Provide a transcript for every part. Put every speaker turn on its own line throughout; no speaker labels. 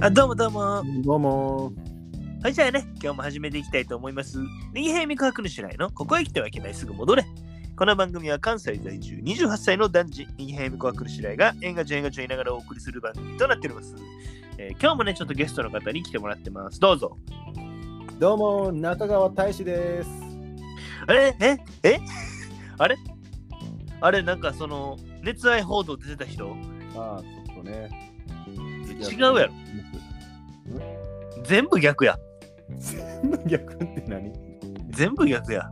あ、どうもどうも。
どうも
はい、じゃあね、今日も始めていきたいと思います。右平美科学主来のここへ来てはいけないすぐ戻れ。この番組は関西在住28歳の男児、右平美科学主来が映画中映画中言いながらお送りする番組となっております。えー今日もね、ちょっとゲストの方に来てもらってます。どうぞ。
どうも中川大志です。
あれええあれあれなんかその、熱愛報道出てた人
ああ、ちょっとね。
違うやろ。全部逆や。
逆って何
全部逆や。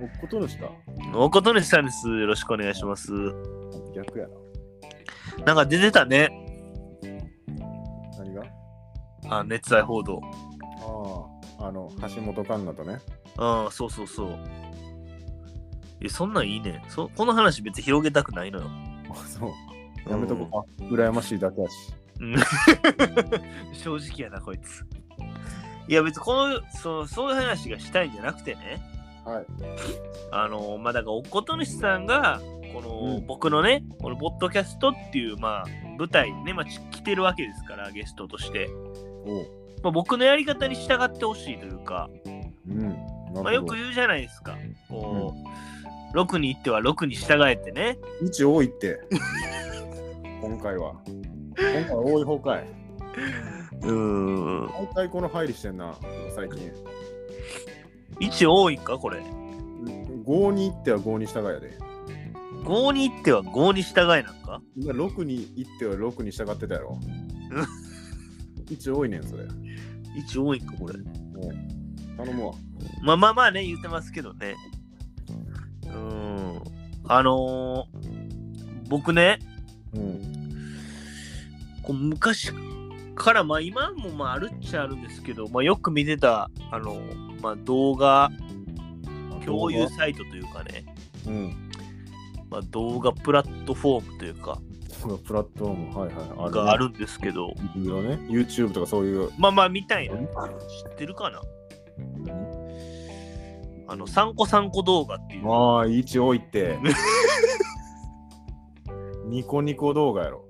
おことのしか
おことにしたんです。よろしくお願いします。
逆やな。
なんか出てたね。
何が
あ熱愛報道。
ああ、あの、橋本環奈とね。
ああ、そうそうそう。え、そんなんいいね。そこの話別に広げたくないのよ。
あそう。やめとこうか。羨ましいだけやし。
うん 正直やな、こいつ。いや、別にこのそう、そういう話がしたいんじゃなくてね。
はい。
あの、まあ、だから、おことぬしさんが、この、
うん
僕のね、この、ポッドキャストっていう、まあ、舞台にね、まあ、ち来てるわけですから、ゲストとして。
おう。
まあ、僕のやり方に従ってほしいというか、
うん。なるほど
まあ、よく言うじゃないですか。こう、6に行っては6に従えってね。
一多 いって。今回は。今回は多い方かい。
うん。
毎回この入りしてんな、最近。
1多いんかこれ。
5に行っては5に従いやで。
5に行っては5に従いなんか
今6に行っては6に従ってたやろ
うん。
一応多いねん、それ。
?1 多いんかこれ。
もう頼むわ。
まあまあまあね、言ってますけどね。うーん。あのー、僕ね、
うん。
こう昔から、まあ今もまああるっちゃあるんですけど、まあよく見てた、あのまあ動画共有サイトというかね、
うん。
まあ動画プラットフォームというか、
そのプラットフォーム、はいはい。
があるんですけど、
ね。いろいろね。YouTube とかそういう。
まあまあ見たいな。知ってるかなあの、3個3個動画っていう。
ああ、一応多い って。ニコニコ動画やろ。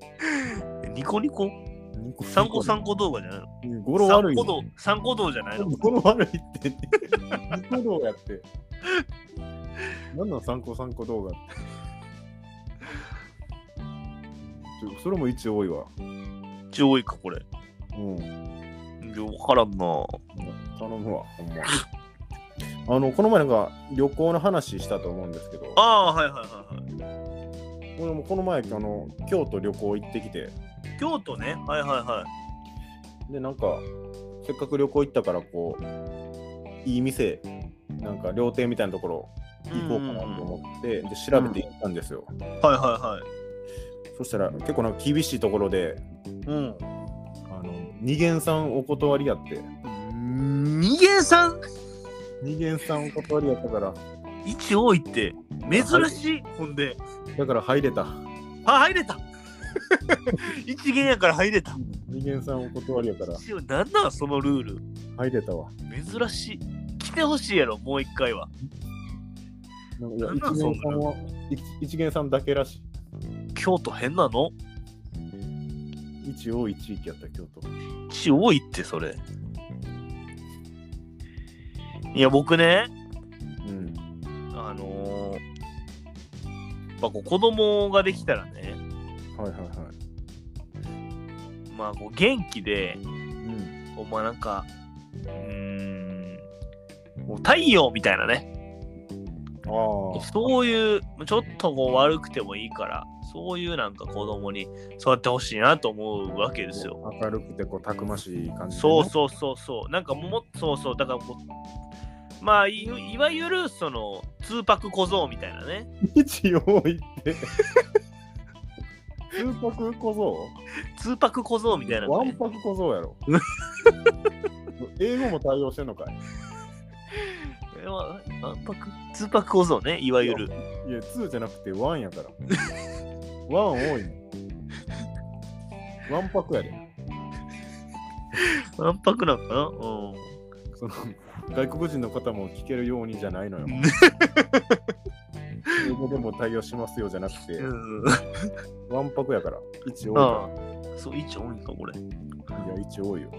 ニコニコ
ニコニコ
三個三個動画じゃないの
語呂悪
三
い、ね。
個動三個動じゃない の
語呂悪いって。ニコ動画や って。なんなん参考参考動画って。ちょそれも一応多いわ。
一応多いか、これ。
うん。
いやわからんな。
頼むわ、ほんま。あの、この前なんか旅行の話したと思うんですけど、
ああ、はいはいはいはい。
俺もこの前、あの、京都旅行行ってきて、
京都ね。はいはいは
で、なんか、せっかく旅行行ったから、こう、いい店、なんか料亭みたいなところ
い。
行こうかなと思って、で、調べて行ったんですよ。
うんはいはいはい。
そしたら、結構なんか厳しいところで、
うん。
あの、二元さんお断りやって、
逃げさん
二元さんお断りやったから、
一多いって、珍しい。ほんで。
だから入れた。
あ、入れた一元やから入れた。
二元さんお断りやから、
一応、なんなんそのルール。
入れたわ。
珍しい。来てほしいやろ、もう一回は。
なんかいや
なんなん
一元さんは一一元さんだけらし
京都変なの
い。一応一域やった京都。
一多いって、それ。いや、僕ね、
うん。
あのー、まあこう子供ができたらね、
はいはいは
まあこう元気で、
い。うん。
お前なんか、うーん、もう太陽みたいなね、
ああ。
そういう、ちょっとこう悪くてもいいから、そういうなんか子供に育ってほしいなと思うわけですよ。
明るくてこうたくましい感じでね、
そうそうそうそう、なんかもう、そうそう、だからこう、まあい、いわゆるその、ツーパック小僧みたいなね、
一応行って。 数泊小僧
ツーパック小僧みたいな、
ワン
ね、
パク小僧 やろ。英語も対応してんのかい
えわワンパック、ツーパック小僧ね、いわゆる。
いや、ツーじゃなくてワンやから。ワン多いね。ワンパクやで。
わんぱくなんかなうん。
その外国人の方も聞けるようにじゃないのよ。英語でも対応しますよじゃなくて、
うん。
わんぱくやから、一応。
ああ。そう、一応多いんか、これ。
いや、一応多いよ。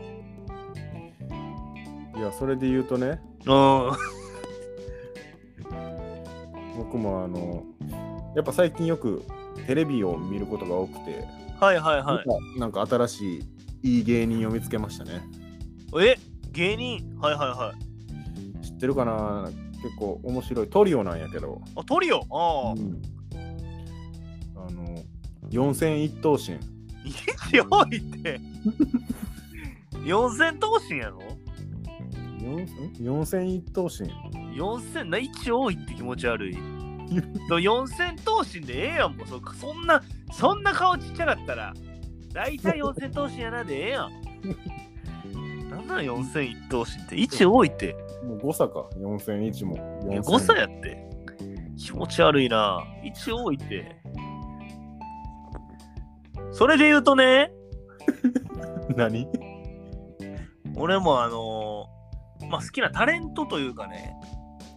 いや、それで言うとね、
おー
僕もあの、やっぱ最近よくテレビを見ることが多くて、
はいはいはい。
なんかなんか新しいいい芸人を見つけましたね。
え芸人はいはいはい。
知ってるかな結構面白いトリオなんやけど、
あ、トリオああ。
あの、四戦一等身。
一応いって。四千頭身やろ
四ん四戦一等身。
四千な一応多いって気持ち悪い。の四千頭身でええやんもうそそんなそんな顔ちっちゃかったら大体四千頭身やなでええやん。なんなん四千一頭身って一多いって
もう誤差か、四戦一も。
いや
四
誤差
千
やって気持ち悪いな一多いってそれで言うとね
何
俺もあのーまあ好きなタレントというかね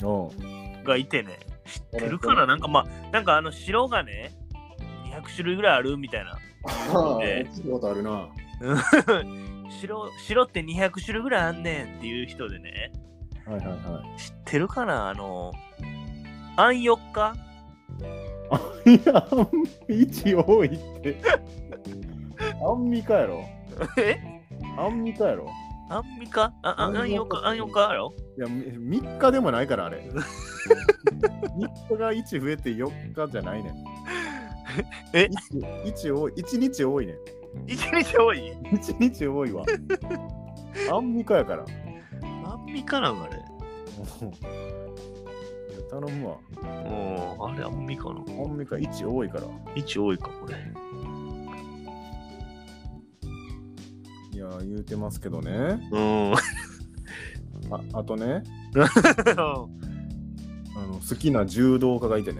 おう
がいてね知ってるかななんかまあなんかあの城がね200種類ぐらいあるみたいな
ああ、
え
聞いたことあるな。
白白って200種類ぐらいあんねんっていう人でね
はいはいは
知ってるかなあのアンヨッカ
い。いや、位置多いって。 アンミカやろ。
え
アンミカやろ。
アンミカああア
ア
ン
ン
ヨ
ヨ
ッ
ッ
カ
カ
アンヨッカやろ
いや、み3日でもないから、あれ。3日が1増えて4日じゃないねん。
え
1, 多い1日多いねん。
一日多い
1日 多いわ。アンミカやから。も
アンミカなんあれ
ういや頼むわ。
うんあれアンミカの
アンミカ1多いから。
1多いかこれ
いや、言うてますけどね。
うん
ああとねあの、好きな柔道家がいてね。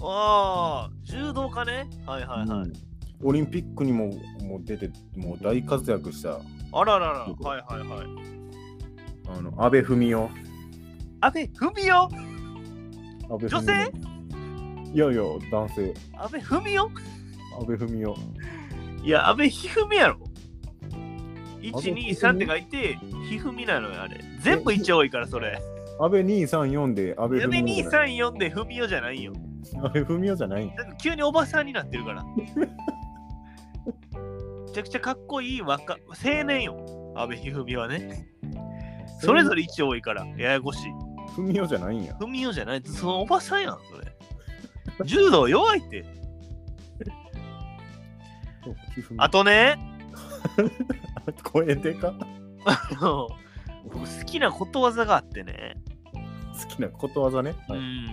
ああ柔道家ねはいはいはい、
オリンピックにももう出て、もう大活躍した、
あらららはいはいはい
あの、安倍文雄。
阿部文雄
安倍
女性
いやいや、男性。
阿部文雄
安倍文雄。
いや、阿部一二三やろ。
阿部
1、2、3って書いて、一二三なのよ、あれ。全部一多いから、それ。
安倍234で安倍
阿部
文
2、
雄。
3、4で文雄じゃないよ。
安倍文雄じゃないん
なんか急におばさんになってる から。めちゃくちゃかっこいい若青年よ、阿部一二三はね。それぞれ一多いから、ややこしい。
文雄じゃないんや。
文雄じゃない、そのおばさんやん、それ。柔道弱いって。あとね、
と、声でか。
あの僕好きなことわざがあってね。
好きなことわざね。
う
はい
ん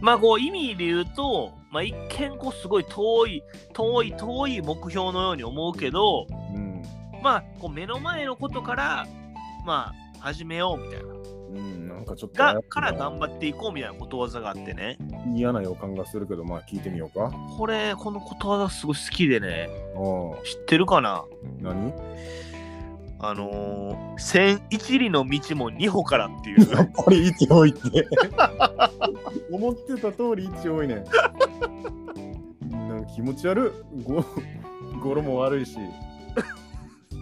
まあこう意味で言うと、まあ、一見こうすごい遠い遠い遠い目標のように思うけど
うん。
まあこう目の前のことからまあ始めようみたいな
うん、なんかちょっと
がから頑張っていこうみたいなことわざがあってね
嫌な予感がするけど、まあ聞いてみようか。
これこのことわざすごい好きでね
おう
知ってるかな
何
あのー、千一里の道も二歩からっていう
やっぱり位置多いって。 思ってた通り位置多いねん。なんか気持ち悪い。ご 語呂も悪いし。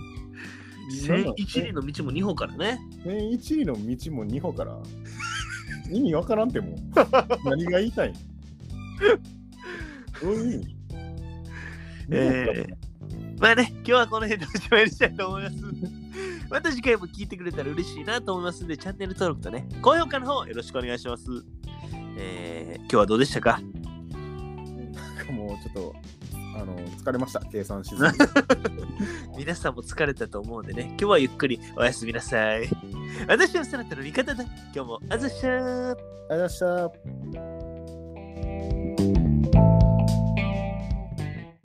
千一里の道も二歩からね
千一里の道も二歩から。意味わからんっ てもう。何が言いたいんどういう意味
えー、まあね、今日はこの辺でおしまいにしたいと思います。 また次回も聞いてくれたら嬉しいなと思いますので、チャンネル登録とね、高評価の方よろしくお願いします。えー、今日はどうでしたか
なんかもうちょっとあの疲れました計算 しずに
皆さんも疲れたと思うのでね、今日はゆっくりおやすみなさい。私はあなたの味方だ。今日もあざっしゃー。
ありがとうございました